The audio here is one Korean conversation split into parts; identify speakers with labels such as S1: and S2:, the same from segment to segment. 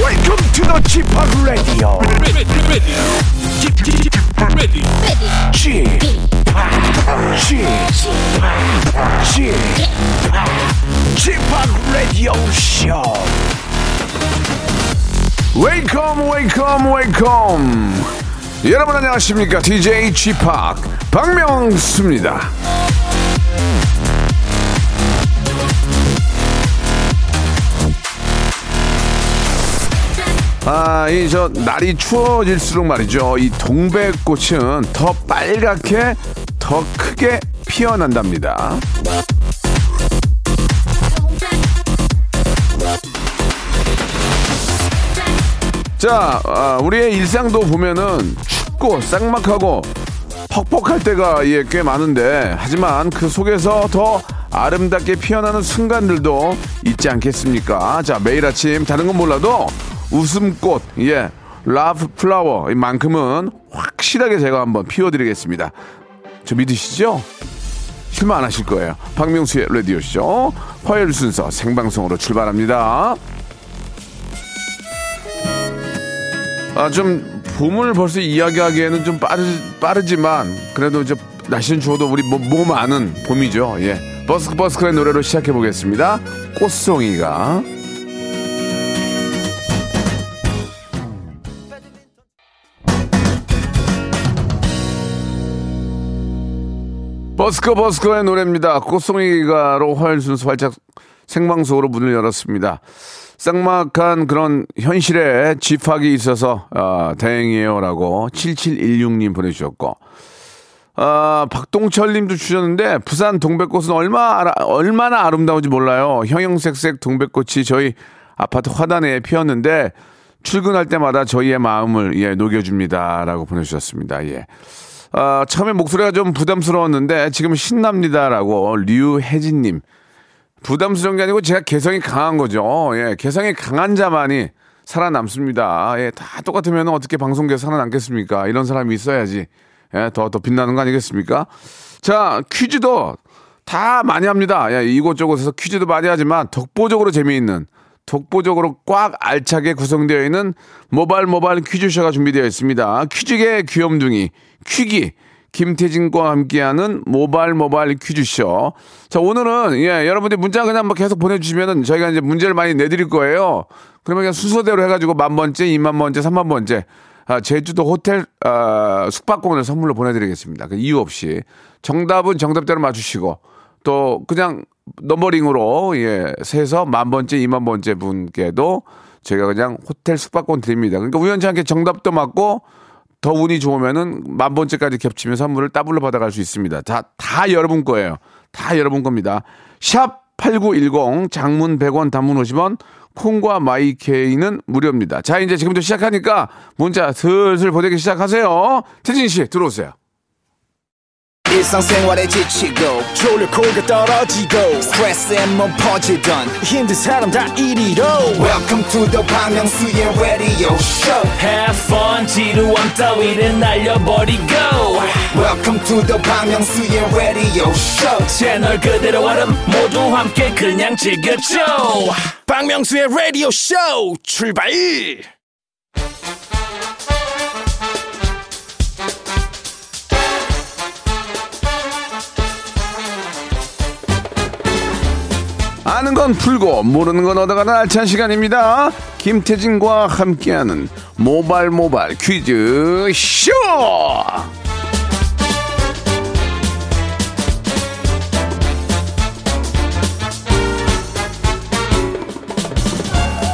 S1: Welcome to the g p o p Radio.
S2: ready, ready, ready, ready.
S1: g p o p G-POP, G-POP Radio Show. Welcome, welcome, welcome. 여러분 안녕하십니까? DJ G-POP 박명수입니다. 아, 이 저 날이 추워질수록 말이죠. 이 동백꽃은 더 빨갛게 더 크게 피어난답니다. 자, 아, 우리의 일상도 보면은 춥고 쌍막하고 퍽퍽할 때가 예, 꽤 많은데 하지만 그 속에서 더 아름답게 피어나는 순간들도 있지 않겠습니까? 자, 매일 아침 다른 건 몰라도 웃음꽃, 예, 라브 플라워 만큼은 확실하게 제가 한번 피워드리겠습니다. 저 믿으시죠? 실망 안 하실 거예요. 박명수의 라디오쇼 화요일 순서 생방송으로 출발합니다. 아 좀 봄을 벌써 이야기하기에는 좀 빠르, 빠르지만 그래도 이제 날씨는 추워도 우리 몸, 몸 아는 봄이죠. 예. 버스커버스커의 노래로 시작해 보겠습니다. 꽃송이가 버스커 버스커의 노래입니다. 꽃송이가로 화요일 순서 활짝 생방송으로 문을 열었습니다. 쌍막한 그런 현실에 집합이 있어서 아, 다행이에요라고 7716님 보내주셨고 아, 박동철님도 주셨는데 부산 동백꽃은 얼마 알아- 얼마나 아름다운지 몰라요. 형형색색 동백꽃이 저희 아파트 화단에 피었는데 출근할 때마다 저희의 마음을 예, 녹여줍니다라고 보내주셨습니다. 예. 아, 처음에 목소리가 좀 부담스러웠는데 지금 신납니다라고 류혜진님 부담스러운 게 아니고 제가 개성이 강한 거죠. 예, 개성이 강한 자만이 살아남습니다. 예, 다 똑같으면 어떻게 방송계 에 살아남겠습니까? 이런 사람이 있어야지 예, 더, 더 빛나는 거 아니겠습니까? 자, 퀴즈도 다 많이 합니다. 예, 이곳저곳에서 퀴즈도 많이 하지만 독보적으로 재미있는 독보적으로 꽉 알차게 구성되어 있는 모발 모발 퀴즈쇼가 준비되어 있습니다. 퀴즈계 귀염둥이 퀴기 김태진과 함께하는 모발 모발 퀴즈쇼. 자 오늘은 예 여러분들 문자 그냥 막 계속 보내주시면은 저희가 이제 문제를 많이 내드릴 거예요. 그러면 그냥 순서대로 해가지고 만 번째, 이만 번째, 삼만 번째. 아, 제주도 호텔 아, 숙박권을 선물로 보내드리겠습니다. 그 이유 없이 정답은 정답대로 맞추시고 또 그냥 넘버링으로 예 세서 만 번째, 이만 번째 분께도 제가 그냥 호텔 숙박권 드립니다. 그러니까 우연치 않게 정답도 맞고 더 운이 좋으면은 만 번째까지 겹치면 선물을 따블로 받아갈 수 있습니다. 다, 다 여러분 거예요. 다 여러분 겁니다. 샵 8910 장문 100원 단문 50원 콩과 마이케이는 무료입니다. 자, 이제 지금부터 시작하니까 문자 슬슬 보내기 시작하세요. 태진 씨 들어오세요.
S3: 일상생활에 지치고, 졸려 코가 떨어지고, 스트레스에 몸 퍼지던, 힘든 사람 다 이리로. welcome to the Bang Myung-soo's radio show
S4: Have fun 지루함 따위를 날려버리고
S3: welcome to the Bang Myung-soo's radio show
S4: 채널 그대로 와름 모두 함께 그냥 즐겨줘
S2: 박명수의 라디오 쇼 출발!
S1: 아는 건 풀고 모르는 건 얻어가는 알찬 시간입니다. 김태진과 함께하는 모발 모발 퀴즈 쇼.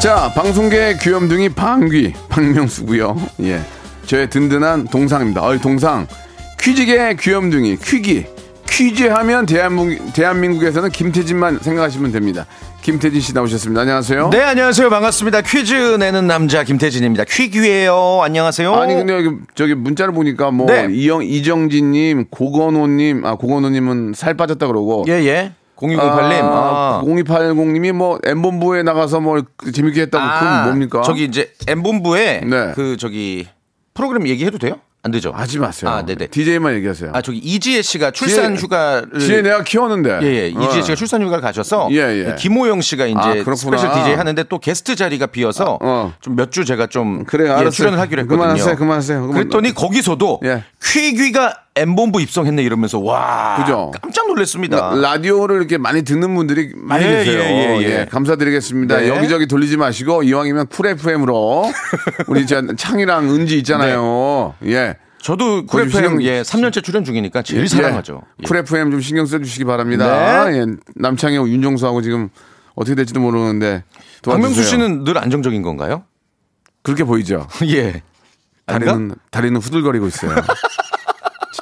S1: 자, 방송계의 귀염둥이 방귀 박명수고요. 예, 저의 든든한 동상입니다. 어이 동상 퀴즈계의 귀염둥이 퀴기 퀴즈하면 대한민국, 대한민국에서는 김태진만 생각하시면 됩니다. 김태진 씨 나오셨습니다. 안녕하세요.
S5: 네, 안녕하세요. 반갑습니다. 퀴즈 내는 남자 김태진입니다. 퀴기예요. 안녕하세요.
S1: 아니 근데 여기 저기 문자를 보니까 뭐
S5: 네.
S1: 이영 이정진님, 고건호님, 아 고건호님은 살 빠졌다 그러고.
S5: 예, 예. 0208님. 아,
S1: 0280님이 뭐 엠본부에 나가서 뭐
S5: 아.
S1: 재밌게 했다고 그건 뭡니까?
S5: 저기 이제 M본부에
S1: 네.
S5: 그 저기 프로그램 얘기해도 돼요? 안 되죠.
S1: 하지 마세요.
S5: 아, 네네.
S1: DJ만 얘기하세요.
S5: 아 저기 이지혜 씨가 출산
S1: 지혜-
S5: 휴가를
S1: 지혜 내가 키웠는데.
S5: 예, 예. 이지혜
S1: 어.
S5: 씨가 출산 휴가를 가셔서 그
S1: 예, 예.
S5: 김호영 씨가 이제
S1: 아, 그렇구나.
S5: 스페셜 DJ 하는데 또 게스트 자리가 비어서
S1: 아, 어. 음,
S5: 좀 몇 주 제가 좀
S1: 그래,
S5: 예,
S1: 알았어요.
S5: 출연을 하기로 했거든요.
S1: 그만하세요, 그만하세요. 그만-
S5: 그랬더니 거기서도
S1: 예.
S5: 퀴귀가 엠본부 입성했네 이러면서 와
S1: 그죠?
S5: 깜짝 놀랐습니다.
S1: 라- 라디오를 이렇게 많이 듣는 분들이 많이
S5: 예,
S1: 계세요.
S5: 예, 예, 예.
S1: 감사드리겠습니다.
S5: 네.
S1: 여기저기 돌리지 마시고 이왕이면 쿨 FM으로 우리 저 창이랑 은지 있잖아요. 예.
S5: 저도
S1: 거의
S5: 쿨FM
S1: 신경-
S5: 예, 3년째 출연 중이니까 네. 제일
S1: 예.
S5: 사랑하죠. 예.
S1: 쿨 FM 좀 신경 써주시기 바랍니다.
S5: 네.
S1: 예. 남창이하고 윤종수하고 지금 어떻게 될지도 모르는데 도와주세요.
S5: 박명수 씨는 늘 안정적인 건가요?
S1: 그렇게 보이죠.
S5: 예. 아닌가?
S1: 다리는 다리는 후들거리고 있어요.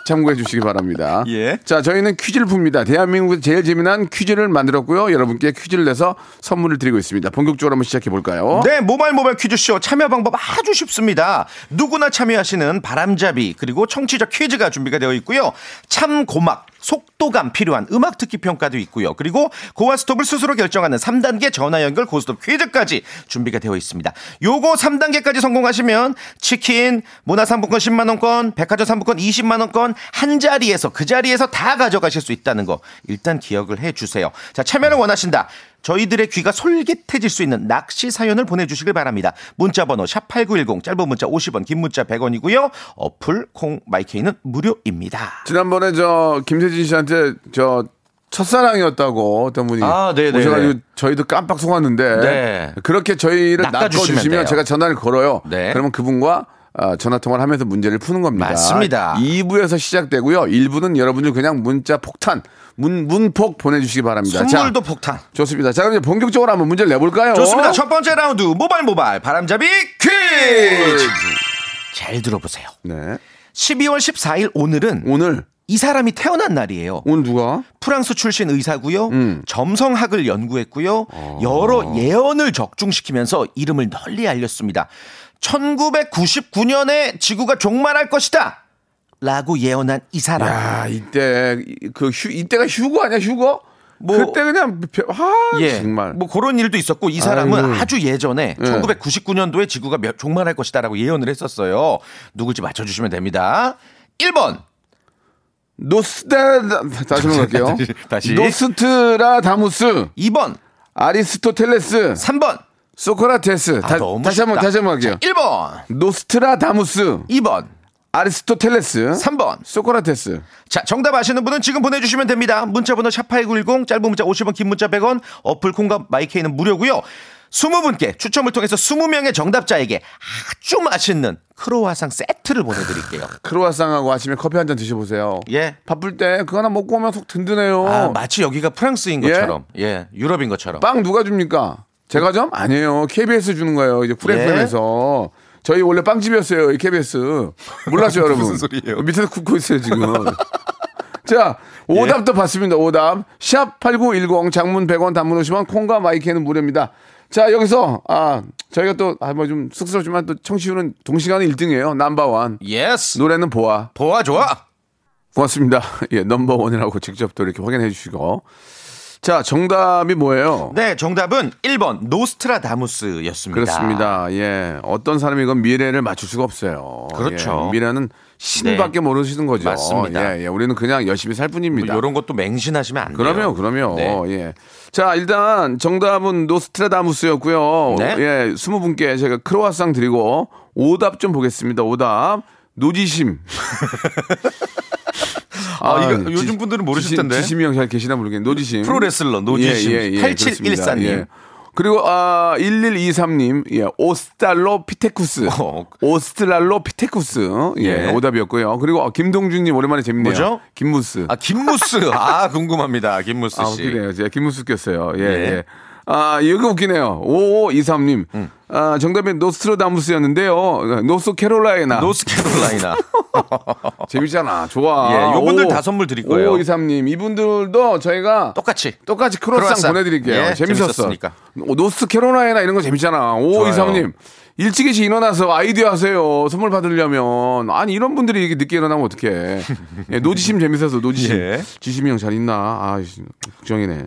S1: 참고해 주시기 바랍니다.
S5: 예.
S1: 자, 저희는 퀴즈를 풉니다. 대한민국에서 제일 재미난 퀴즈를 만들었고요. 여러분께 퀴즈를 내서 선물을 드리고 있습니다. 본격적으로 한번 시작해 볼까요?
S5: 네, 모바일 모바일 퀴즈쇼 참여 방법 아주 쉽습니다. 누구나 참여하시는 바람잡이 그리고 청취자 퀴즈가 준비가 되어 있고요. 참 고막 속도감 필요한 음악 듣기 평가도 있고요. 그리고 고와 스톱을 스스로 결정하는 3단계 전화 연결 고스톱 퀴즈까지 준비가 되어 있습니다. 요거 3단계까지 성공하시면 치킨, 문화 상품권 10만 원권, 백화점 상품권 20만 원권 한 자리에서 그 자리에서 다 가져가실 수 있다는 거 일단 기억을 해 주세요. 자, 참여를 원하신다. 저희들의 귀가 솔깃해질 수 있는 낚시 사연을 보내주시길 바랍니다. 문자 번호 샵8910 짧은 문자 50원 긴 문자 100원이고요. 어플 콩 마이케이는 무료입니다.
S1: 지난번에 저 김세진 씨한테 저 첫사랑이었다고 어떤 분이
S5: 아, 네네.
S1: 오셔가지고 저희도 깜빡 속았는데
S5: 네.
S1: 그렇게 저희를
S5: 낚아주시면
S1: 낚아주시면
S5: 돼요.
S1: 제가 전화를 걸어요.
S5: 네.
S1: 그러면 그분과 아, 전화 통화를 하면서 문제를 푸는 겁니다.
S5: 맞습니다.
S1: 2부에서 시작되고요. 1부는 여러분들 그냥 문자 폭탄, 문, 문폭 보내주시기 바랍니다. 자,
S5: 선물도 폭탄.
S1: 좋습니다. 자, 그럼 이제 본격적으로 한번 문제를 내볼까요?
S5: 좋습니다. 첫 번째 라운드 모발 모발 바람잡이 퀴즈. 잘 들어보세요.
S1: 네.
S5: 12월 14일 오늘은
S1: 오늘,
S5: 이 사람이 태어난 날이에요.
S1: 오늘 누가?
S5: 프랑스 출신 의사고요.
S1: 음.
S5: 점성학을 연구했고요.
S1: 어.
S5: 여러 예언을 적중시키면서 이름을 널리 알렸습니다. 1999년에 지구가 종말할 것이다. 라고 예언한 이 사람.
S1: 아, 이때, 그 휴, 이때가 휴거 아니야, 휴거?
S5: 뭐-
S1: 그때 그냥, 벼- 아,
S5: 예.
S1: 정말.
S5: 뭐 그런 일도 있었고 이 사람은
S1: 아이고.
S5: 아주 예전에 1999년도에 지구가 멸- 종말할 것이다라고 예언을 했었어요. 누굴지 맞춰 주시면 됩니다. 1번.
S1: 노스다 다시 한번 갈게요.
S5: 다시.
S1: 노스트라다무스,
S5: 2번.
S1: 아리스토텔레스,
S5: 3번.
S1: 소크라테스.
S5: 아,
S1: 다,
S5: 너무
S1: 다시 한번
S5: 쉽다.
S1: 다시 한번 갈게요.
S5: 자, 1번.
S1: 노스트라다무스,
S5: 2번.
S1: 아리스토텔레스,
S5: 3번.
S1: 소크라테스.
S5: 자, 정답 아시는 분은 지금 보내주시면 됩니다. 문자번호 샵8910, 짧은 문자 50원, 긴 문자 100원, 어플 콩과 마이케이는 무료고요 20분께 추첨을 통해서 20명의 정답자에게 아주 맛있는 크로와상 세트를 보내드릴게요.
S1: 크로아상하고 아침에 커피 한 잔 드셔보세요.
S5: 예.
S1: 바쁠 때 그거 하나 먹고 오면 속 든든해요.
S5: 아, 마치 여기가 프랑스인
S1: 어. 예?
S5: 것처럼, 예, 유럽인 것처럼.
S1: 빵 누가 줍니까? 제가 좀 아니에요. KBS 주는 거예요. 이제
S5: 예?
S1: 프레프에서 저희 원래 빵집이었어요. 이 KBS 몰랐죠 여러분?
S5: 무슨 소리예요?
S1: 밑에서 굽고 있어요 지금. 자
S5: 예.
S1: 오답도 받습니다. 오답 샵8910 장문 100원 단문 50원 콩과 마이크는 무료입니다. 자 여기서 아 저희가 또아뭐좀 쑥스럽지만 또 청취율은 동시간에 1등이에요. 넘버원
S5: 예스.
S1: 노래는 보아
S5: 보아 좋아.
S1: 고맙습니다. 예 넘버원이라고 직접 또 이렇게 확인해 주시고 자 정답이 뭐예요?
S5: 네, 정답은 1번 노스트라다무스였습니다.
S1: 그렇습니다. 예. 어떤 사람이건 미래를 맞출 수가 없어요.
S5: 그렇죠.
S1: 예. 미래는 신밖에
S5: 네.
S1: 모르시는 거죠.
S5: 맞습니다.
S1: 예, 예. 우리는 그냥 열심히 살 뿐입니다.
S5: 이런 뭐 것도 맹신하시면 안 돼요.
S1: 그럼요, 그럼요.
S5: 네.
S1: 예. 자, 일단 정답은 노스트라다무스였고요.
S5: 네.
S1: 예, 스무 분께 제가 크로아상 드리고 오답 좀 보겠습니다. 오답. 노지심.
S5: 아, 이거 요즘 분들은 모르실
S1: 지심,
S5: 텐데.
S1: 지심이 형 잘 계시나 모르겠는데 노지심. 예,
S5: 프로레슬러 노지심. 8714 님.
S1: 그리고 아 1123님 예 오스탈로 피테쿠스
S5: 어.
S1: 오스트랄로 피테쿠스 예,
S5: 예.
S1: 오답이었고요 그리고 김동준님 오랜만에 재밌네요
S5: 뭐죠?
S1: 김무스
S5: 아, 김무스. 아, 궁금합니다. 김무스
S1: 아,
S5: 씨.
S1: 웃기네요. 제가 김문수 꼈어요. 예,
S5: 네.
S1: 예. 아, 이거 웃기네요. 5523님.
S5: 음.
S1: 아, 정답은 노스트로다무스였는데요. 노스 캐롤라이나.
S5: 노스캐롤라이나.
S1: 재밌잖아. 좋아.
S5: 예, 요분들 다 선물 드릴 거예요.
S1: 5523님. 이분들도 저희가
S5: 똑같이.
S1: 똑같이 크로스상
S5: 크로아상.
S1: 보내드릴게요.
S5: 예,
S1: 재밌었어.
S5: 재밌었으니까.
S1: 오, 노스캐롤라이나 이런 거 재밌잖아. 5523님. 일찍이시 일어나서 아이디어 하세요. 선물 받으려면. 아니, 이런 분들이 이렇게 늦게 일어나면 어떡해. 예, 노지심 재밌어서 노지심.
S5: 예.
S1: 지심이 형 잘 있나? 아, 걱정이네.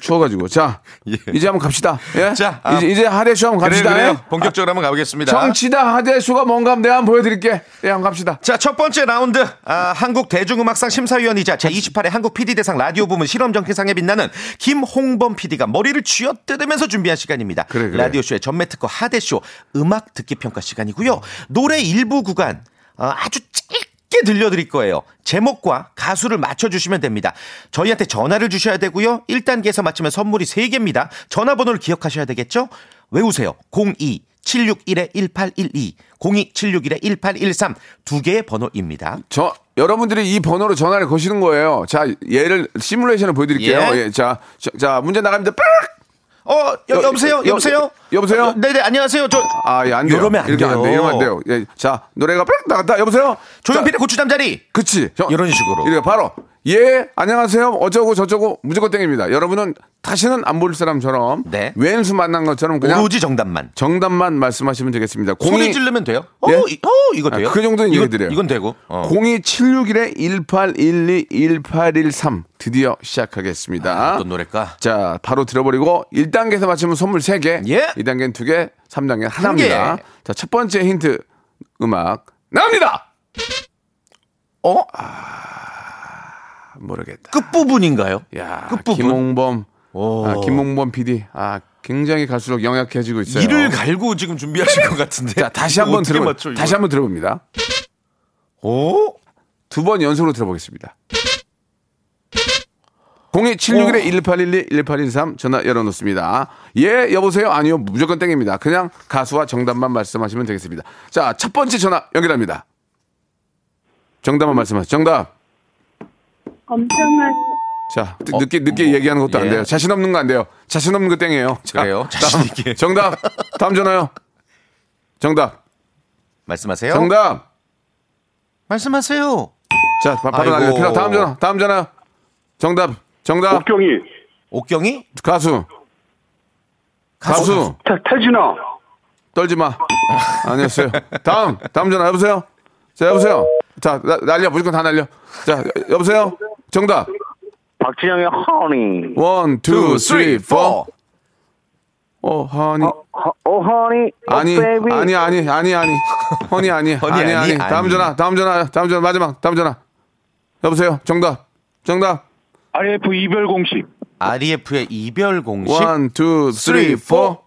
S1: 추워가지고. 자,
S5: 예.
S1: 이제 한번 갑시다. 예?
S5: 자, 아,
S1: 이제, 이제 하대쇼 한번
S5: 그래
S1: 갑시다.
S5: 그래요.
S1: 예?
S5: 본격적으로 한번 가보겠습니다.
S1: 정치다 하대쇼가 뭔가 한번 내가 한번 보여드릴게. 예, 한번 갑시다.
S5: 자, 첫 번째 라운드. 아, 한국 대중음악상 심사위원이자 제28회 한국 PD 대상 라디오 부문 실험정신상에 빛나는 김홍범 PD가 머리를 쥐어뜯으면서 준비한 시간입니다.
S1: 그래, 그래.
S5: 라디오쇼의 전매특허 하대쇼 음악 듣기 평가 시간이고요. 노래 일부 구간 어, 아주 짧게 들려드릴 거예요. 제목과 가수를 맞춰주시면 됩니다. 저희한테 전화를 주셔야 되고요. 1단계에서 맞추면 선물이 3개입니다. 전화번호를 기억하셔야 되겠죠? 외우세요. 02 761-1812, 02761-1813, 두 개의 번호입니다.
S1: 저, 여러분들이 이 번호로 전화를 거시는 거예요. 자, 얘를 시뮬레이션을 보여드릴게요.
S5: 예.
S1: 예, 자, 자, 자, 문제 나갑니다. 빡!
S5: 어, 여, 여보세요?
S1: 여-
S5: 여보세요?
S1: 여보세요?
S5: 어, 네네, 안녕하세요. 저,
S1: 아, 예, 안 돼요.
S5: 이러면 안
S1: 이렇게
S5: 돼요.
S1: 안 돼. 이러면 안 돼요. 예, 자, 노래가 빡! 나갔다. 여보세요?
S5: 조용필의
S1: 자,
S5: 고추잠자리!
S1: 그치. 저-
S5: 이런 식으로.
S1: 이래 바로 예 안녕하세요 어쩌고 저쩌고 무조건 땡입니다. 여러분은 다시는 안 볼 사람처럼
S5: 네.
S1: 왼수 만난 것처럼 그냥
S5: 오로지 정답만.
S1: 정답만 말씀하시면 되겠습니다.
S5: 소리
S1: 공이-
S5: 지르면 돼요?
S1: 예?
S5: 어, 이- 어, 이거
S1: 아,
S5: 돼요?
S1: 그 정도는
S5: 이건-
S1: 얘기드려요.
S5: 이건 되고. 어.
S1: 02761의 1812 1813 드디어 시작하겠습니다.
S5: 아, 어떤 노래일까?
S1: 자, 바로 들어버리고 1단계에서 맞추면 선물 3개,
S5: 예.
S1: 2단계는 2개, 3단계는 하나입니다.
S5: 개.
S1: 자, 첫 번째 힌트 음악 나옵니다.
S5: 어?
S1: 아, 모르겠다.
S5: 끝부분인가요?
S1: 야,
S5: 끝부분.
S1: 김홍범.
S5: 오.
S1: 아, 김홍범 PD. 아, 굉장히 갈수록 영약해지고 예, 있어요.
S5: 이를 갈고 지금 준비하신 것 같은데.
S1: 자, 다시 한번
S5: 어떻게
S1: 들어
S5: 맞춰, 이거? 어?
S1: 다시 한번 들어봅니다.
S5: 오?
S1: 두 번 연속으로 들어보겠습니다. 02761의 1812, 1813 전화 열어놓습니다. 예, 여보세요? 아니요, 무조건 땡입니다. 그냥 가수와 정답만 말씀하시면 되겠습니다. 자, 첫 번째 전화 연결합니다. 정답만 말씀하세요. 정답.
S6: 검정한
S1: 자, 늦- 늦게, 늦게 얘기하는 것도 안
S5: 어? 예.
S1: 돼요. 자신 없는 거 안 돼요. 자신 없는 거 땡이에요. 자,
S5: 그래요?
S1: 다음,
S5: 자신 있게.
S1: 정답. 다음 전화요. 정답.
S5: 말씀하세요.
S1: 정답.
S5: 말씀하세요.
S1: 자, 바- 바로
S5: 아이고.
S1: 날려. 다음 전화. 다음 전화. 정답. 정답.
S7: 옥경이
S5: 옥경이?
S1: 가수. 가수.
S7: 태- 태진아
S1: 떨지 마. 아니었어요. 다음, 다음 전화 여보세요. 자 여보세요. 자 나- 날려 무조건 다 날려. 자 여보세요. 정답.
S7: 박진영의 허니
S1: 원, 투, 쓰리, 포. 어, 허니.
S7: 어 허니
S1: 아니, 아니, 아니, 아니, 아니. 허니 아니,
S5: 허니,
S1: 아니,
S5: 아니,
S1: 아니. 다음
S5: 아니.
S1: 전화, 다음 전화, 다음 전화 마지막, 다음 전화. 여보세요. 정답. 정답.
S7: RF 이별 공식
S5: REF의 E 이별 공식.
S1: 원, 투, 쓰리, 포.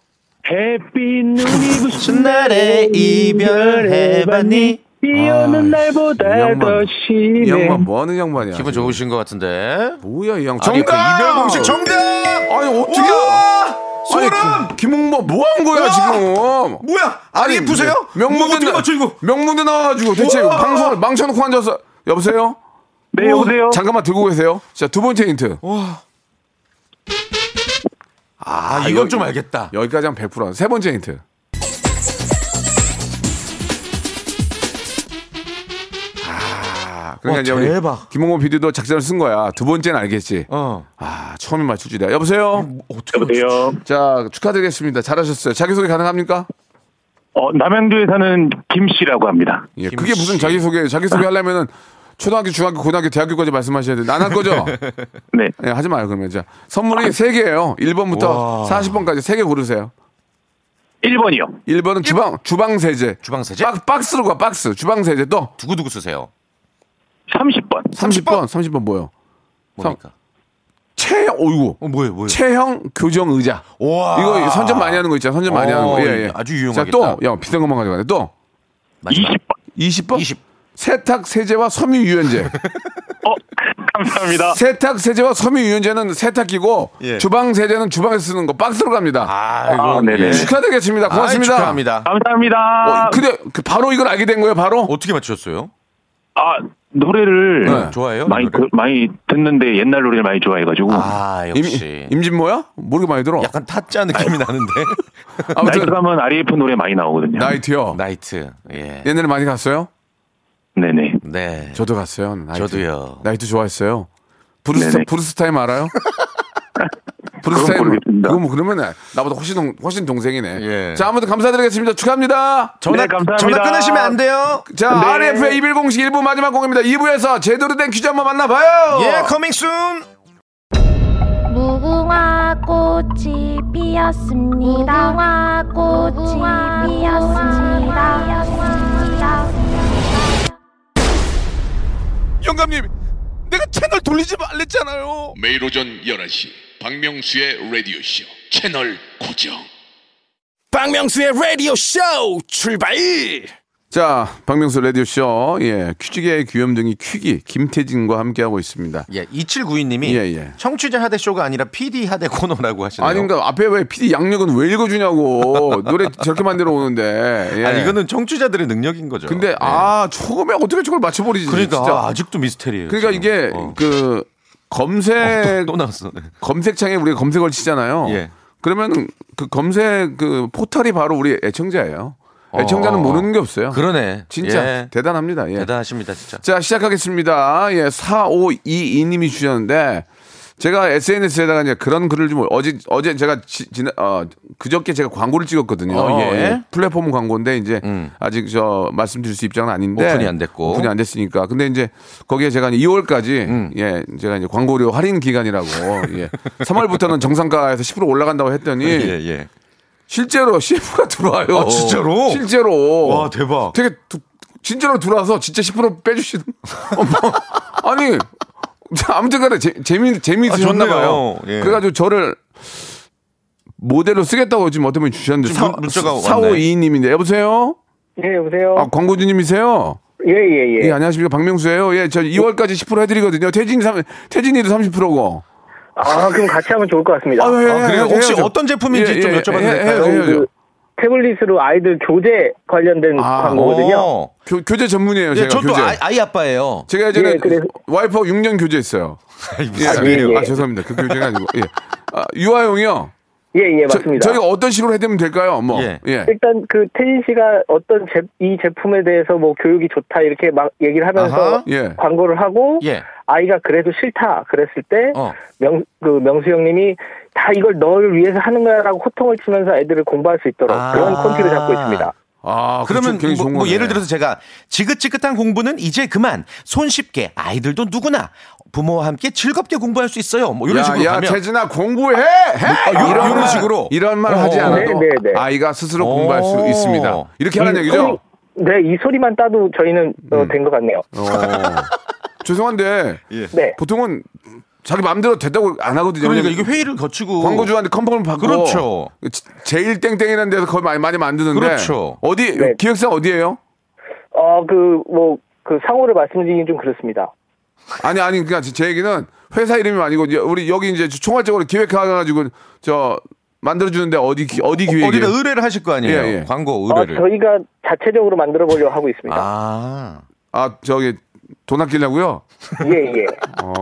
S7: 햇빛 눈이 부신
S5: 날에 이별해봤니?
S7: 비 오는
S1: 아, 이
S7: 날보다
S1: 양반.
S7: 더
S1: 이 양반
S7: 심해
S1: 뭐 하는 양반이야?
S5: 기분 좋으신 것 같은데.
S1: 뭐야 이 양반?
S5: REF
S1: 정답.
S5: 이별 공식 정답!
S1: 아니 어떻게?
S5: 우와! 소름!
S1: 김홍범 뭐 한 거야
S5: 우와!
S1: 지금?
S5: 뭐야? REF세요? 뭐
S1: 명문대
S5: 어떻게
S1: 나-
S5: 맞춰 이거?
S1: 명문대 나와가지고 대체
S5: 우와!
S1: 방송을 망쳐놓고 앉아서 여보세요?
S7: 네 오세요
S1: 잠깐만 들고 계세요. 자 두 번째 힌트.
S5: 어? 아, 이건 좀 알겠다.
S1: 여기까지 한 100%. 세 번째 힌트. 아, 그러니까
S5: 와,
S1: 이제 우리
S5: 대박.
S1: 김홍범 PD도 작전을 쓴 거야. 두 번째는 알겠지.
S5: 어.
S1: 아, 처음에 맞출 줄이야. 여보세요?
S5: 어떻게
S7: 여보세요
S1: 자, 축하드리겠습니다. 잘하셨어요. 자기소개 가능합니까?
S7: 어 남양주에 사는 김씨라고 합니다
S1: 예, 그게 무슨 자기소개, 자기소개 하려면은 초등학교, 중학교, 고등학교, 대학교까지 말씀하셔야 되는데, 안한 거죠?
S7: 네
S1: 예, 하지 마요, 그러면. 자,
S5: 아.
S1: 선물이 세개예요 1번부터 40번까지 세 개 고르세요.
S7: 1번이요
S1: 1번은 주방, 주방세제.
S5: 주방세제?
S1: 박- 박스로 가, 박스. 주방세제 또.
S5: 두고두고 쓰세요.
S7: 30번
S1: 30번, 30번 뭐요?
S5: 뭡니까?
S1: 체, 어이구.
S5: 어, 뭐예요, 뭐예요?
S1: 체형 교정 의자.
S5: 우와.
S1: 이거 선전 많이 하는 거 있잖아. 선전 많이 하는 거.
S5: 어,
S1: 예, 예.
S5: 아주
S1: 자,
S5: 유용하겠다.
S1: 또, 야, 비싼 것만 가져가네. 또.
S5: 마지막.
S1: 20번?
S5: 20.
S1: 세탁 세제와 섬유 유연제.
S7: 어 감사합니다
S1: 세탁 세제와 섬유 유연제는 세탁기고
S5: 예.
S1: 주방 세제는 주방에서 쓰는 거 박스로 갑니다.
S5: 아이고. 예.
S7: 아, 네네.
S1: 축하드리겠습니다. 고맙습니다.
S5: 아이, 축하합니다.
S7: 감사합니다
S1: 어, 근데 그 바로 이걸 알게 된 거예요, 바로?
S5: 어떻게 맞추셨어요?
S7: 아 노래를
S1: 네.
S5: 좋아해요? 이
S7: 많이
S5: 노래?
S7: 그- 많이 듣는데 옛날 노래를 많이 좋아해가지고
S5: 아, 역시.
S1: 임, 진모야 모르게 많이 들어.
S5: 약간 타짜 느낌이 나는데.
S1: 아무튼
S7: 나이트 가면 RF 노래 많이 나오거든요.
S1: 나이트요.
S5: 나이트. 예.
S1: 옛날에 많이 갔어요?
S7: 네네.
S5: 네.
S1: 저도 갔어요. 나이트.
S5: 저도요.
S1: 나이트 좋아했어요. 브루스
S7: 네네.
S1: 브루스 타임 알아요? 브루스
S7: 그건
S1: 타임
S7: 모르겠습니다.
S1: 그거 뭐 그러면 나보다 훨씬 동- 훨씬 동생이네.
S5: 예.
S1: 자 아무튼 감사드리겠습니다. 축하합니다.
S7: 네, 감사합니다.
S5: 전화 끊으시면 안 돼요.
S1: 자, RF의 21공식 1부 마지막
S5: 어.
S1: 공입니다. 2부에서 제대로 된 퀴즈 한번 만나봐요.
S5: 예, 커밍 순.
S8: 무궁화 무궁화 꽃이 피었습니다. 무궁화 꽃이 피었습니다.
S9: 영감님, 내가 채널 돌리지 말랬잖아요.
S10: 매일 오전 11시 박명수의 라디오쇼 채널 고정
S2: 박명수의 라디오 쇼 출발!
S1: 자, 박명수 라디오쇼, 예, 퀴즈계의 귀염둥이 퀴기, 김태진과 함께하고 있습니다.
S5: 예, 2792님이
S1: 예, 예.
S5: 청취자 하대 쇼가 아니라 PD 하대 코너라고 하시네요.
S1: 아닌가, 앞에 왜 PD 양력은 왜 읽어주냐고. 노래 저렇게 만들어 오는데. 예.
S5: 아니, 이거는 청취자들의 능력인 거죠.
S1: 근데,
S5: 네.
S1: 아, 처음에 어떻게 저걸 맞춰버리지.
S5: 그러니까
S1: 진짜.
S5: 아직도 미스테리예요.
S1: 그러니까
S5: 지금.
S1: 이게,
S5: 어.
S1: 그, 검색,
S5: 또, 또 나왔어. 네.
S1: 검색창에 우리가 검색을 치잖아요.
S5: 예.
S1: 그러면 그 검색 그 포털이 바로 우리 애청자예요. 애청자는
S5: 어.
S1: 모르는 게 없어요.
S5: 그러네.
S1: 진짜
S5: 예.
S1: 대단합니다. 예.
S5: 대단하십니다, 진짜.
S1: 자, 시작하겠습니다. 예, 4522님이 주셨는데, 제가 SNS에다가 이제 그런 글을 좀, 어제, 어제 제가 지, 나 어, 그저께 제가 광고를 찍었거든요.
S5: 어, 예.
S1: 플랫폼 광고인데, 이제
S5: 음.
S1: 아직 저 말씀드릴 수 입장은 아닌데.
S5: 오픈이 안 됐고.
S1: 오픈이 안 됐으니까. 근데 이제 거기에 제가 이제 2월까지,
S5: 음.
S1: 예, 제가 이제 광고료 할인 기간이라고, 예. 3월부터는 정상가에서 10% 올라간다고 했더니,
S5: 예, 예.
S1: 실제로 CF가 들어와요.
S5: 아, 진짜로?
S1: 실제로.
S5: 와, 대박.
S1: 되게 두- 진짜로 들어와서 진짜 10% 빼주시는. 어머. 뭐. 아니 아무튼간에 재- 재미 재미있으셨나
S5: 아,
S1: 봐요.
S5: 좋네요. 예.
S1: 그래가지고 저를 모델로 쓰겠다고 지금 어떻게 보면 주셨는데
S5: 지금 문자가 왔네.
S1: 4522님인데 여보세요?
S11: 예, 여보세요.
S1: 아 광고주님이세요?
S11: 예, 예,
S1: 예.
S11: 예.
S1: 안녕하십니까 박명수예요. 예 저 2월까지 10% 해드리거든요. 태진이 삼 태진이도 30%고.
S11: 아, 그럼 같이 하면 좋을 것 같습니다.
S1: 예,
S5: 아, 그래요? 혹시
S1: 해야죠.
S5: 어떤 제품인지 좀 여쭤봐도
S1: 해-
S5: 될까요?
S1: 해야죠, 해야죠.
S11: 그 태블릿으로 아이들 교재 관련된
S1: 아,
S11: 광고거든요.
S5: 어.
S1: 교, 교재 전문이에요.
S5: 예,
S1: 제가
S5: 저도
S1: 교재.
S5: 아, 이 아빠예요.
S1: 제가 예전에
S11: 예, 그래서-
S1: 와이프 6년 교제했어요. 예,
S5: 무슨
S1: 예,
S11: 소리예요?
S1: 아 죄송합니다. 그 교제가 아니고 예. 아, 유아용이요.
S11: 예, 예,
S1: 저-
S11: 맞습니다.
S1: 저희가 어떤 식으로 해드리면 될까요? 뭐
S5: 예.
S1: 예.
S11: 일단 그 태진 씨가 어떤 제, 이 제품에 대해서 뭐 교육이 좋다 이렇게 막 얘기를 하면서
S5: 아하.
S1: 예.
S11: 광고를 하고
S5: 예.
S11: 아이가 그래도 싫다 그랬을 때
S5: 어.
S11: 명, 그 명수 형님이 다 이걸 너를 위해서 하는 거야라고 호통을 치면서 애들을 공부할 수 있도록
S5: 아.
S11: 그런 콘티를 잡고 있습니다.
S1: 아
S5: 그러면
S1: 굉장히
S5: 뭐,
S1: 좋은
S5: 뭐
S1: 거네.
S5: 예를 들어서 제가 지긋지긋한 공부는 이제 그만 손쉽게 아이들도 누구나 부모와 함께 즐겁게 공부할 수 있어요. 뭐 이런
S1: 야,
S5: 식으로
S1: 야,
S5: 가면
S1: 재진아 공부해. 해!
S5: 요-
S1: 이런
S5: 요런
S1: 말,
S5: 식으로?
S1: 이런 말
S5: 어,
S1: 하지
S5: 어.
S1: 않아도
S11: 네, 네, 네.
S1: 아이가 스스로
S5: 오.
S1: 공부할 수 있습니다. 이렇게 하는
S11: 이
S1: 얘기죠.
S11: 소리- 네, 이 소리만 따도 저희는 된 것 같네요.
S1: 어. 죄송한데
S11: 네.
S1: 보통은 자기 마음대로 됐다고 안 하거든요.
S5: 예. 그러니까 이게 회의를 거치고
S1: 광고주한테 컨펌을 받고
S5: 그렇죠.
S1: 제- 제일 땡땡이라는 데서 거의 많이 많이 만드는데
S5: 그렇죠.
S1: 어디
S11: 네.
S1: 기획사 어디예요?
S11: 어, 그, 뭐, 그 상호를 말씀드리긴 좀 그렇습니다.
S1: 아니 아니 그러니까 제- 제 얘기는 회사 이름이 아니고 이제 우리 여기 이제 총괄적으로 기획해가지고 저 만들어 주는데 어디 기- 어디 기획이
S5: 어디다 의뢰를 하실 거 아니에요?
S1: 예, 예.
S5: 광고
S11: 어,
S5: 의뢰를.
S11: 저희가 자체적으로 만들어 보려고 하고 있습니다.
S5: 아
S1: 아 저기 돈 아끼려고요.
S11: 예, 예.
S1: 어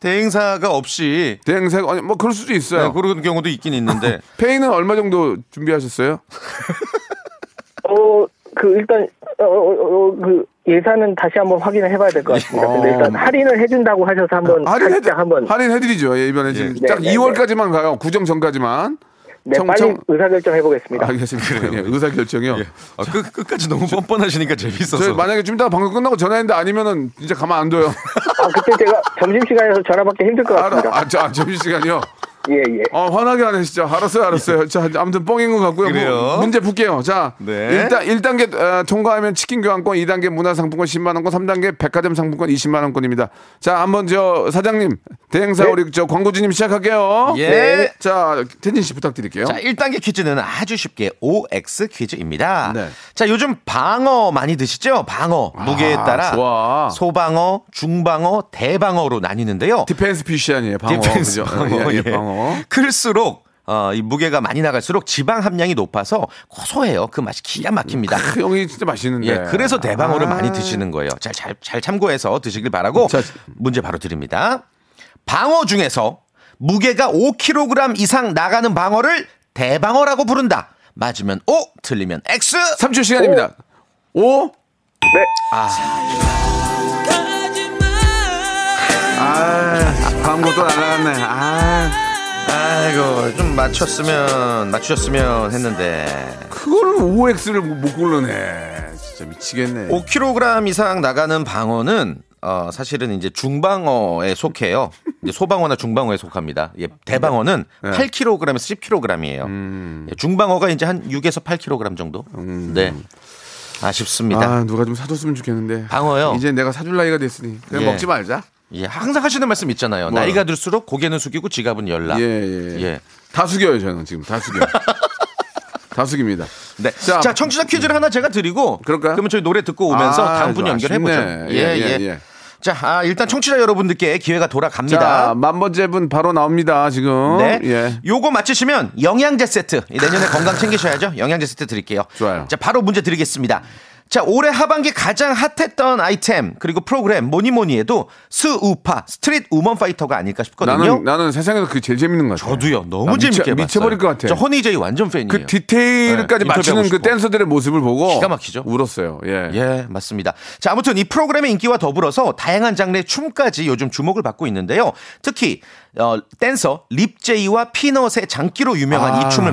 S5: 대행사가 없이
S1: 대행사 아니 뭐 그럴 수도 있어요.
S5: 네, 그런 경우도 있긴 있는데
S1: 페이는 얼마 정도 준비하셨어요?
S11: 어, 그, 일단, 어, 어, 어, 그, 예산은 다시 한번 확인을 해봐야 될 것 같습니다. 근데 일단 할인을 해준다고 하셔서 한번
S1: 아, 할인해
S11: 살짝 한번
S1: 할인해드리죠. 예, 이번에 지금
S5: 예.
S1: 딱
S11: 네, 네,
S1: 2월까지만 가요. 구정 전까지만.
S11: 네,
S1: 청-
S11: 빨리
S1: 청-
S11: 의사결정 해보겠습니다.
S1: 알겠습니다. 예, 의사 결정이요.
S5: 아, 끝, 끝까지 너무 뻔뻔하시니까 재밌어서
S1: 저희 만약에 좀 이따 방송 끝나고 전화했는데 아니면은 진짜 가만 안 둬요.
S11: 아, 그때 제가 점심시간에서 전화받기 힘들 것 같습니다.
S1: 아, 저, 아, 점심시간이요?
S11: 예, 예.
S1: 어, 화나게 하네, 진짜. 알았어요, 알았어요. 자, 아무튼 뻥인 것 같고요.
S5: 그래요?
S1: 뭐, 문제 풀게요. 자,
S5: 네.
S1: 일단 1단계 어, 통과하면 치킨 교환권, 2단계 문화상품권 10만원권, 3단계 백화점 상품권 20만원권입니다. 자, 한번 저 사장님, 대행사 우리 저 광고주님 시작할게요.
S5: 네.
S1: 네.
S5: 예.
S1: 자, 태진 씨 부탁드릴게요.
S5: 자, 1단계 퀴즈는 아주 쉽게 OX 퀴즈입니다.
S1: 네.
S5: 자, 요즘 방어 많이 드시죠? 방어. 무게에
S1: 아,
S5: 따라
S1: 좋아.
S5: 소방어, 중방어, 대방어로 나뉘는데요.
S1: 디펜스 피쉬 아니에요, 방어.
S5: 디펜스
S1: 그죠?
S5: 방어.
S1: 예, 예,
S5: 예.
S1: 방어.
S5: 클수록 어, 이 무게가 많이 나갈수록 지방 함량이 높아서 고소해요. 그 맛이 기가 막힙니다.
S1: 음, 크, 형이 진짜 맛있는데.
S5: 예, 그래서 대방어를
S1: 아.
S5: 많이 드시는 거예요. 잘, 잘, 잘 참고해서 드시길 바라고
S1: 자,
S5: 문제 바로 드립니다. 방어 중에서 무게가 5kg 이상 나가는 방어를 대방어라고 부른다. 맞으면 O, 틀리면 X.
S1: 3초 시간입니다. 오. 아, 광고 또 나갔네. 아,
S5: 아이고, 좀 맞췄으면, 맞추셨으면 했는데.
S1: 그거를 OX를 못 고르네. 진짜 미치겠네.
S5: 5kg 이상 나가는 방어는 어, 사실은 이제 중방어에 속해요. 이제 소방어나 중방어에 속합니다. 예, 대방어는
S1: 네.
S5: 8kg에서 10kg이에요.
S1: 음.
S5: 예, 중방어가 이제 한 6에서 8kg 정도. 네. 아쉽습니다.
S1: 아 누가 좀 사줬으면 좋겠는데.
S5: 방어요.
S1: 이제 내가 사줄 나이가 됐으니 그냥
S5: 예.
S1: 먹지 말자.
S5: 예, 항상 하시는 말씀 있잖아요.
S1: 뭐요?
S5: 나이가 들수록 고개는 숙이고 지갑은 열라.
S1: 예, 예.
S5: 예.
S1: 다 숙여요 저는 지금 다 숙여. 다 숙입니다.
S5: 네. 자, 청취자 퀴즈를 하나 제가 드리고
S1: 음. 그럴까요?
S5: 그러면 저희 노래 듣고 오면서
S1: 아,
S5: 다음 분
S1: 좀
S5: 연결해 보죠.
S1: 아쉽네.
S5: 예, 예. 자, 아, 일단 청취자 여러분들께 기회가 돌아갑니다.
S1: 자, 만 번째 분 바로 나옵니다 지금.
S5: 네.
S1: 예.
S5: 요거 맞히시면 영양제 세트. 이 내년에 건강 챙기셔야죠. 영양제 세트 드릴게요.
S1: 좋아요.
S5: 자, 바로 문제 드리겠습니다. 자, 올해 하반기 가장 핫했던 아이템, 그리고 프로그램, 뭐니 뭐니 해도 스우파, 스트릿 우먼 파이터가 아닐까 싶거든요.
S1: 나는 나는 세상에서 그게 제일 재밌는 것 같아.
S5: 저도요. 너무
S1: 나 미쳐-
S5: 재밌게 봤어요.
S1: 미쳐버릴 것 같아.
S5: 저 허니제이 완전 팬이에요.
S1: 그 디테일까지
S5: 네,
S1: 맞추는
S5: 예. 인터뷰하고
S1: 그
S5: 싶어.
S1: 댄서들의 모습을 보고
S5: 기가 막히죠.
S1: 울었어요. 예.
S5: 예, 맞습니다. 자, 아무튼 이 프로그램의 인기와 더불어서 다양한 장르의 춤까지 요즘 주목을 받고 있는데요. 특히 어, 댄서 립제이와 피넛의 장기로 유명한
S1: 아,
S5: 이 춤을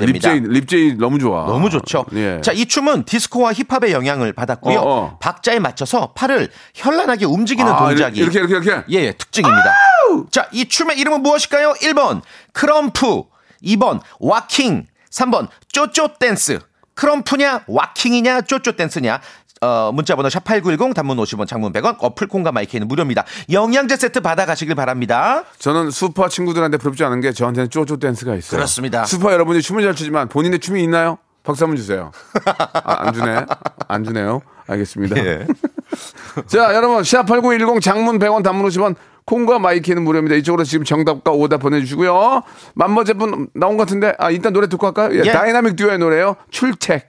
S1: 나
S5: 됩니다.
S1: 립제이 립제이 너무 좋아.
S5: 너무 좋죠.
S1: 예.
S5: 자, 이 춤은 디스코와 힙합의 영향을 받았고요.
S1: 어, 어.
S5: 박자에 맞춰서 팔을 현란하게 움직이는
S1: 아,
S5: 동작이
S1: 이렇게 이렇게 이렇게.
S5: 예, 예, 특징입니다. 자, 이 춤의 이름은 무엇일까요? 1번 크럼프, 2번 와킹, 3번 쪼쪼 댄스. 크럼프냐, 와킹이냐, 쪼쪼 댄스냐. 어, 문자번호 샵8910 단문 50원, 장문 100원, 어플 콩과 마이크는 무료입니다. 영양제 세트 받아가시길 바랍니다.
S1: 저는 슈퍼 친구들한테 부럽지 않은 게 저한테는 쪼쪼 댄스가 있어요.
S5: 그렇습니다.
S1: 슈퍼 여러분이 춤을 잘 추지만 본인의 춤이 있나요? 박수 한번 주세요. 아, 안 주네. 안 주네요. 알겠습니다.
S5: 예.
S1: 자, 여러분, 샵8910 장문 100원 단문 50원 콩과 마이키는 무료입니다. 이쪽으로 지금 정답과 오답 보내주시고요. 만번째 분 나온 것 같은데, 아, 일단 노래 듣고 할까요? 예,
S5: 예.
S1: 다이나믹 듀오의 노래요. 출첵.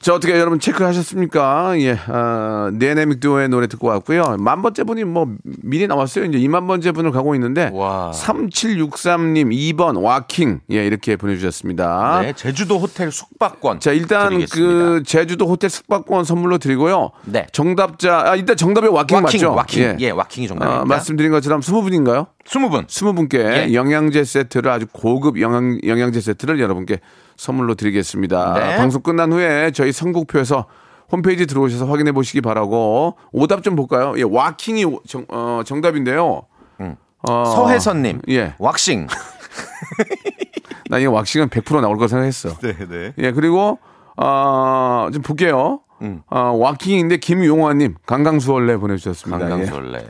S1: 자, 어떻게 여러분 체크하셨습니까? 예, 아, 다이나믹 듀오의 노래 듣고 왔고요. 만번째 분이 뭐 미리 나왔어요. 이제 2만번째 분을 가고 있는데,
S5: 와.
S1: 3763님 2번 와킹. 예, 이렇게 보내주셨습니다.
S5: 네, 제주도 호텔 숙박권.
S1: 아. 자 일단
S5: 드리겠습니다.
S1: 그 제주도 호텔 숙박권 선물로 드리고요.
S5: 네.
S1: 정답자 아 일단 정답이 와킹,
S5: 와킹,
S1: 맞죠?
S5: 와킹. 예, 와킹이 정답입니다.
S1: 아, 말씀드린 것처럼 20분인가요?
S5: 20분.
S1: 20분께
S5: 예.
S1: 영양제 세트를 아주 고급 영양 영양제 세트를 여러분께 선물로 드리겠습니다.
S5: 네.
S1: 방송 끝난 후에 저희 선곡표에서 홈페이지 들어오셔서 확인해 보시기 바라고 오답 좀 볼까요? 예, 와킹이 정, 어, 정답인데요. 어,
S5: 서혜선님.
S1: 예,
S5: 왁싱.
S1: 나 이거 왁싱은 100% 나올 거 생각했어.
S5: 네, 네.
S1: 예, 그리고 어, 좀 볼게요.
S5: 음.
S1: 어, 와킹인데 김용화님 강강수월래 보내주셨습니다.
S5: 강강술래. 네.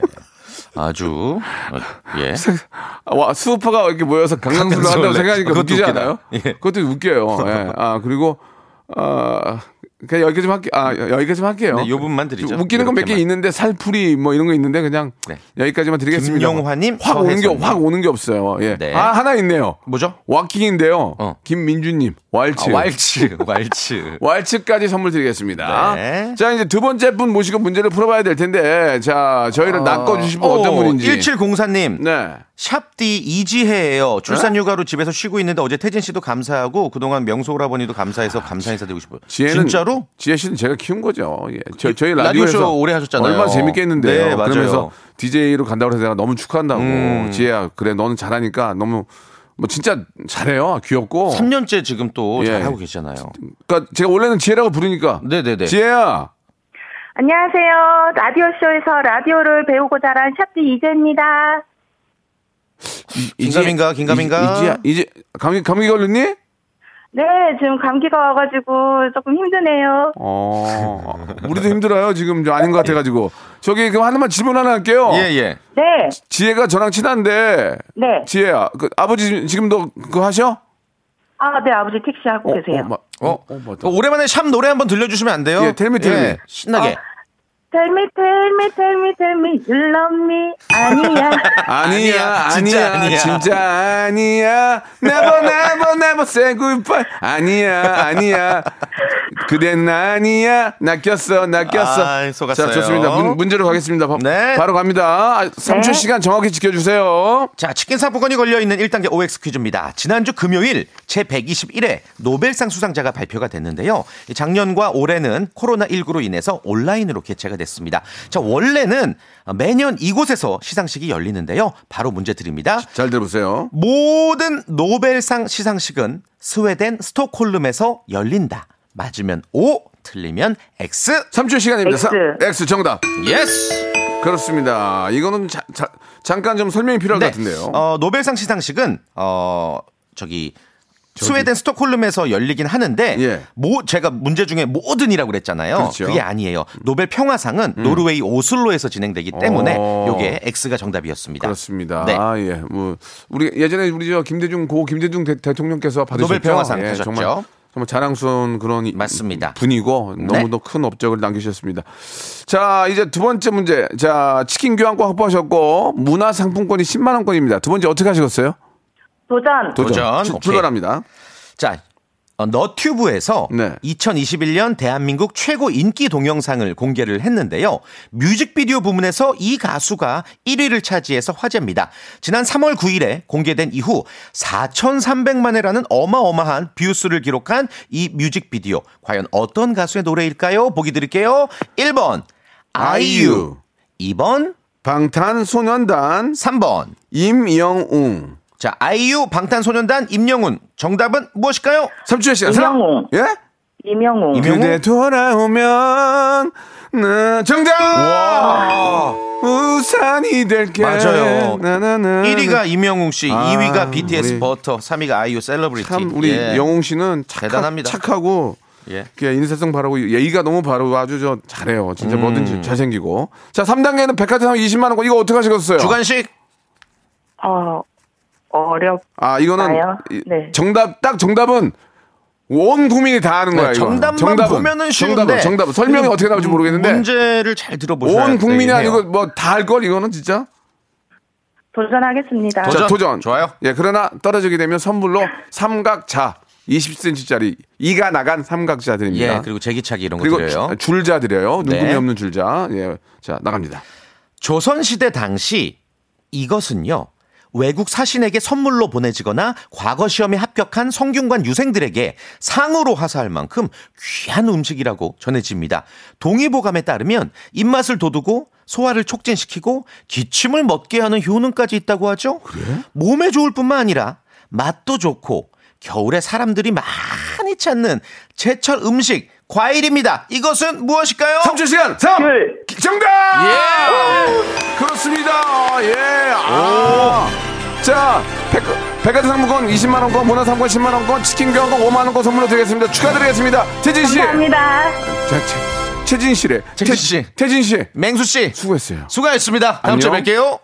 S5: 아주. 어, 예.
S1: 예. 와 수우파가 이렇게 모여서 강강술래 한다고
S5: 강강술래.
S1: 생각하니까
S5: 그것도
S1: 웃기지
S5: 웃기다.
S1: 않아요?
S5: 예.
S1: 그것도 웃겨요. 예. 아 그리고 어, 그냥 여기까지 좀 할게. 아 여기까지 좀 할게요.
S5: 네, 요 분만 드리죠.
S1: 좀 웃기는 건 몇 개
S5: 요렇게만.
S1: 있는데 살풀이 뭐 이런 거 있는데 그냥
S5: 네.
S1: 여기까지만 드리겠습니다.
S5: 김용화님,
S1: 확 오는 게
S5: 서혜선님.
S1: 확 오는 게 없어요. 예.
S5: 네.
S1: 아 하나 있네요.
S5: 뭐죠?
S1: 와킹인데요.
S5: 어.
S1: 김민주님 왈츠.
S5: 아, 왈츠, 왈츠.
S1: 왈츠까지 선물 드리겠습니다.
S5: 네.
S1: 자, 이제 두 번째 분 모시고 문제를 풀어봐야 될 텐데, 자, 저희를 낚아주시면 어... 떤 분인지.
S5: 1704님.
S1: 네.
S5: 샵디 이지혜예요. 출산 휴가로 집에서 쉬고 있는데 어제 태진 씨도 감사하고 그동안 명소 오라버니도 감사해서 감사 인사 드리고 싶어요.
S1: 아, 지혜는,
S5: 진짜로?
S1: 지혜 씨는 제가 키운 거죠. 예. 저, 저희
S5: 라디오
S1: 라디오에서
S5: 쇼 오래 하셨잖아요.
S1: 얼마나 재밌게 했는데요.
S5: 네, 맞아요.
S1: 그러면서 DJ로 간다고 해서 내가 너무 축하한다고.
S5: 음.
S1: 지혜야, 그래, 너는 잘하니까 너무, 뭐 진짜 잘해요. 귀엽고.
S5: 3년째 지금 또
S1: 어. 예.
S5: 잘하고 계시잖아요.
S1: 그러니까 제가 원래는 지혜라고 부르니까.
S5: 네네네.
S1: 지혜야,
S6: 안녕하세요. 라디오쇼에서 라디오를 배우고 자란 샵디 이재입니다.
S5: 긴가민가, 긴가민가.
S1: 이지야, 이지, 감기, 감기 걸렸니?
S6: 네, 지금 감기가 와가지고 조금 힘드네요.
S1: 어, 우리도 힘들어요. 지금 좀 아닌 것 같아가지고. 저기, 그럼 하나만 질문 하나 할게요.
S5: 예, 예.
S6: 네,
S1: 지혜가 저랑 친한데,
S6: 네.
S1: 지혜야, 그 아버지 지금도 그거 하셔?
S6: 아, 네, 아버지 택시하고 계세요.
S1: 마-
S5: 어,
S1: 어, 어, 맞다.
S5: 오랜만에 샵 노래 한번 들려주시면 안 돼요?
S1: 예, 아, tell me, tell me.
S5: 신나게.
S6: Tell me, tell me, tell me, tell me, you love me. 아니야.
S1: 아니야,
S5: 아니야,
S1: 아니야,
S5: 진짜
S1: 진짜
S5: 아니야.
S1: 아니야. Never, never, never say goodbye. 아니야, 아니야. 그댄 아니야. 낚였어, 낚였어.
S5: 아이, 속았어요.
S1: 자, 좋습니다. 문, 문제로 가겠습니다. 바,
S5: 네.
S1: 바로 갑니다. 3초
S6: 네.
S1: 시간 정확히 지켜주세요.
S5: 자, 치킨 사포권이 걸려있는 1단계 OX 퀴즈입니다. 지난주 금요일 제121회 노벨상 수상자가 발표가 됐는데요. 이 작년과 올해는 코로나19로 인해서 온라인으로 개최가 됐습니다. 자, 원래는 매년 이곳에서 시상식이 열리는데요. 바로 문제 드립니다.
S1: 잘 들어보세요.
S5: 모든 노벨상 시상식은 스웨덴 스톡홀름에서 열린다. 맞으면 O, 틀리면 X.
S1: 3초 시간입니다. 사- X 정답.
S5: 예스.
S1: 그렇습니다. 이거는 자- 자- 잠깐 좀 설명이 필요한 것 같은데요.
S5: 어, 노벨상 시상식은 어 저기 스웨덴 스톡홀름에서 열리긴 하는데 모 제가 문제 중에 모든이라고 그랬잖아요.
S1: 예. 그렇죠.
S5: 게 아니에요. 노벨 평화상은 노르웨이 오슬로에서 진행되기 때문에
S1: 어.
S5: 요게 X가 정답이었습니다.
S1: 그렇습니다.
S5: 네.
S1: 아, 예. 뭐 우리 예전에 우리 저 김대중 고 김대중 대, 통령께서 받으셨죠.
S5: 노벨 평화상
S1: 예,
S5: 타셨죠.
S1: 정말 정말 자랑스러운 그런 이- 분이고
S5: 네.
S1: 너무도 큰 업적을 남기셨습니다. 자, 이제 두 번째 문제. 자, 치킨 교환권 확보하셨고 문화 상품권이 10만 원권입니다. 두 번째 어떻게 하시겠어요?
S6: 도전.
S5: 도전.
S1: 출- 출발합니다.
S5: 자, 어, 너튜브에서 2021년 대한민국 최고 인기 동영상을 공개를 했는데요. 뮤직비디오 부문에서 이 가수가 1위를 차지해서 화제입니다. 지난 3월 9일에 공개된 이후 4,300만 회라는 어마어마한 뷰수를 기록한 이 뮤직비디오. 과연 어떤 가수의 노래일까요? 보기 드릴게요. 1번 아이유, 2번
S1: 방탄소년단,
S5: 3번
S1: 임영웅.
S5: 자, 아이유, 방탄소년단, 임영웅. 정답은 무엇일까요?
S1: 3주의 시간.
S6: 임영웅.
S1: 예?
S6: 이명웅.
S1: 그대 돌아오면 나 정답 우산이 될게 예.
S5: 맞아요.
S1: 나나나.
S5: 1위가 임영웅 씨,
S1: 네, 아,
S5: 2위가 BTS
S1: 우리-
S5: 버터, 3위가 아이유 셀러브리티.
S1: 참 우리
S5: 예.
S1: 영웅 씨는 착하,
S5: 대단합니다.
S1: 착하고
S5: 예.
S1: 그냥 인사성 바르고 예의가 너무 바르고 아주 저 잘해요. 진짜
S5: 음.
S1: 뭐든지 잘생기고. 자, 3단계는 백화점 20만 원권 이거 어떻게 하시겠어요?
S5: 주간식.
S6: 어, 어렵.
S1: 아, 이거는
S6: 나요?
S1: 이-
S6: 네.
S1: 정답 딱 정답만 온 국민이 다 아는 거야,
S5: 네,
S1: 이거.
S5: 정답만 보면은 쉬운데
S1: 정답은 정답. 설명이
S5: 음,
S1: 어떻게 나올지
S5: 음,
S1: 모르겠는데.
S5: 문제를 잘 들어보셔야
S1: 온 국민이
S5: 되긴 해요.
S1: 아니고 뭐 다 알 걸 이거는 진짜.
S6: 도전하겠습니다.
S1: 자, 도전. 좋아요. 예, 그러나 떨어지게 되면 선물로 삼각자 20cm짜리 이가 나간 삼각자 드립니다.
S5: 예, 그리고 제기차기 이런 거
S1: 그리고
S5: 드려요.
S1: 주- 줄자 드려요.
S5: 네.
S1: 눈금이 없는 줄자. 예. 자, 나갑니다.
S5: 조선시대 당시 이것은요. 외국 사신에게 선물로 보내지거나 과거 시험에 합격한 성균관 유생들에게 상으로 화사할 만큼 귀한 음식이라고 전해집니다. 동의보감에 따르면 입맛을 돋우고 소화를 촉진시키고 기침을 멎게 하는 효능까지 있다고 하죠. 몸에 좋을 뿐만 아니라 맛도 좋고 겨울에 사람들이 많이 찾는 제철 음식 과일입니다. 이것은 무엇일까요?
S1: 3초 시간. 3.
S6: 네.
S1: 정답!
S5: 예!
S1: 그렇습니다. 예. 아. 자, 백, 백화점 상품권 20만 원권, 문화 상품권 10만 원권, 치킨 교환권 5만 원권 선물로 드리겠습니다. 축하드리겠습니다. 태진 씨.
S6: 감사합니다.
S1: 자, 채- 최진 씨래.
S5: 최진 씨.
S1: 태진 씨.
S5: 맹수 씨.
S1: 수고했어요.
S5: 수고하셨습니다. 다음 주에
S1: 안녕.
S5: 뵐게요.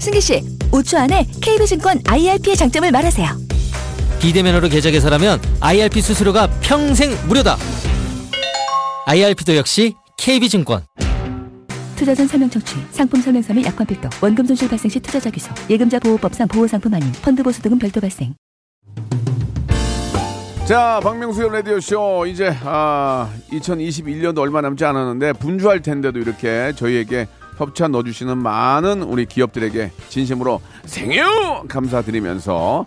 S12: 승기 씨, 5초 안에 KB증권 IRP의 장점을 말하세요.
S13: 비대면으로 계좌 개설하면 IRP 수수료가 평생 무료다. IRP도 역시 KB증권.
S12: 투자 전 설명 청취, 상품 설명서 및 약관 필독, 원금 손실 발생 시 투자자 귀속, 예금자 보호법상 보호 상품 아닌 펀드 보수 등은 별도 발생.
S1: 자, 박명수의 라디오쇼. 이제, 아, 2021년도 얼마 남지 않았는데, 분주할 텐데도 이렇게 저희에게 협찬 넣어주시는 많은 우리 기업들에게 진심으로 생유! 감사드리면서.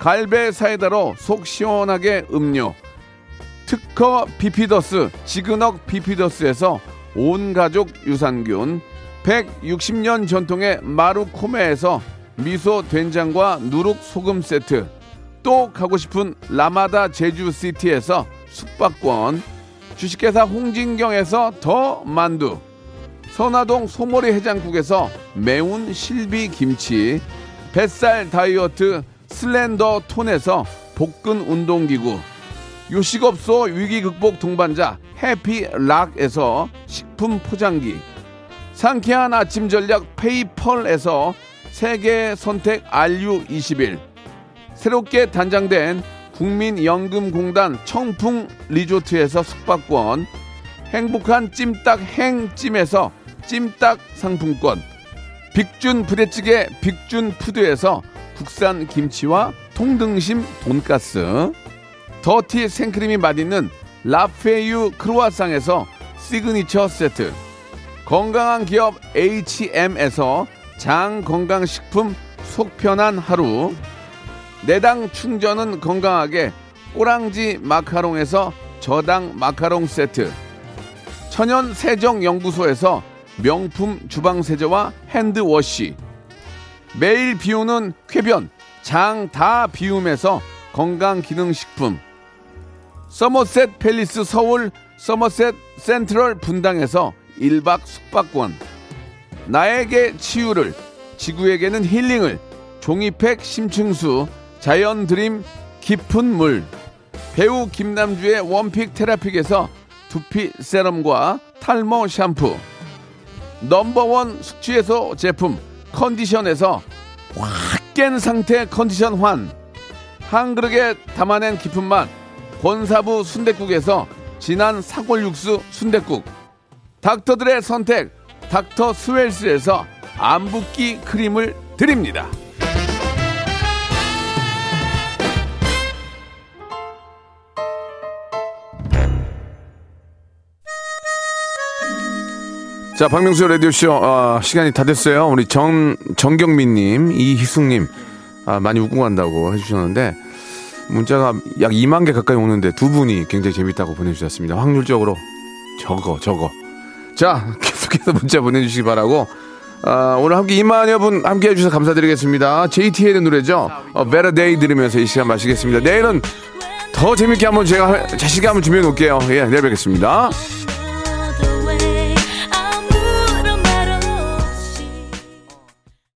S1: 갈배 사이다로 속 시원하게 음료, 특허 비피더스 지그넉 비피더스에서 온 가족 유산균 160년 전통의 마루코메에서 미소 된장과 누룩 소금 세트 또 가고 싶은 라마다 제주시티에서 숙박권 주식회사 홍진경에서 더 만두 선화동 소머리 해장국에서 매운 실비 김치, 뱃살 다이어트 슬렌더 톤에서 복근 운동기구, 요식업소 위기 극복 동반자 해피락에서 식품 포장기, 상쾌한 아침 전략 페이펄에서 세계 선택 RU21, 새롭게 단장된 국민연금공단 청풍 리조트에서 숙박권, 행복한 찜닭 행찜에서 찜닭 상품권, 빅준 부대찌개 빅준 푸드에서 국산 김치와 통등심 돈가스, 더티 생크림이 맛있는 라페유 크루아상에서 시그니처 세트 건강한 기업 HM에서 장건강식품 속편한 하루 내당 충전은 건강하게 꼬랑지 마카롱에서 저당 마카롱 세트 천연 세정 연구소에서 명품 주방 세제와 핸드워시 매일 비우는 쾌변 장 다 비움에서 건강 기능 식품 서머셋 팰리스 서울 서머셋 센트럴 분당에서 1박 숙박권 나에게 치유를 지구에게는 힐링을 종이팩 심층수 자연 드림 깊은 물 배우 김남주의 원픽 테라픽에서 두피 세럼과 탈모 샴푸 넘버원 숙취해소 제품 컨디션에서 확 깬 상태 컨디션 환 한 그릇에 담아낸 깊은 맛 권사부 순댓국에서 진한 사골 육수 순댓국 닥터들의 선택 닥터 스웰스에서 안붓기 크림을 드립니다 자, 박명수 라디오쇼, 어, 시간이 다 됐어요. 우리 정, 정경민님, 이희숙님, 아, 많이 웃고 간다고 해주셨는데, 문자가 약 2만 개 가까이 오는데 두 분이 굉장히 재밌다고 보내주셨습니다. 확률적으로 적어, 적어. 자, 계속해서 문자 보내주시기 바라고, 아, 오늘 함께 2만 여분 함께 해주셔서 감사드리겠습니다. JTL의 노래죠. 어, Better Day 들으면서 이 시간 마치겠습니다. 내일은 더 재밌게 한번 제가 할- 자신있게 한번 준비해 놓을게요. 예, 내일 뵙겠습니다.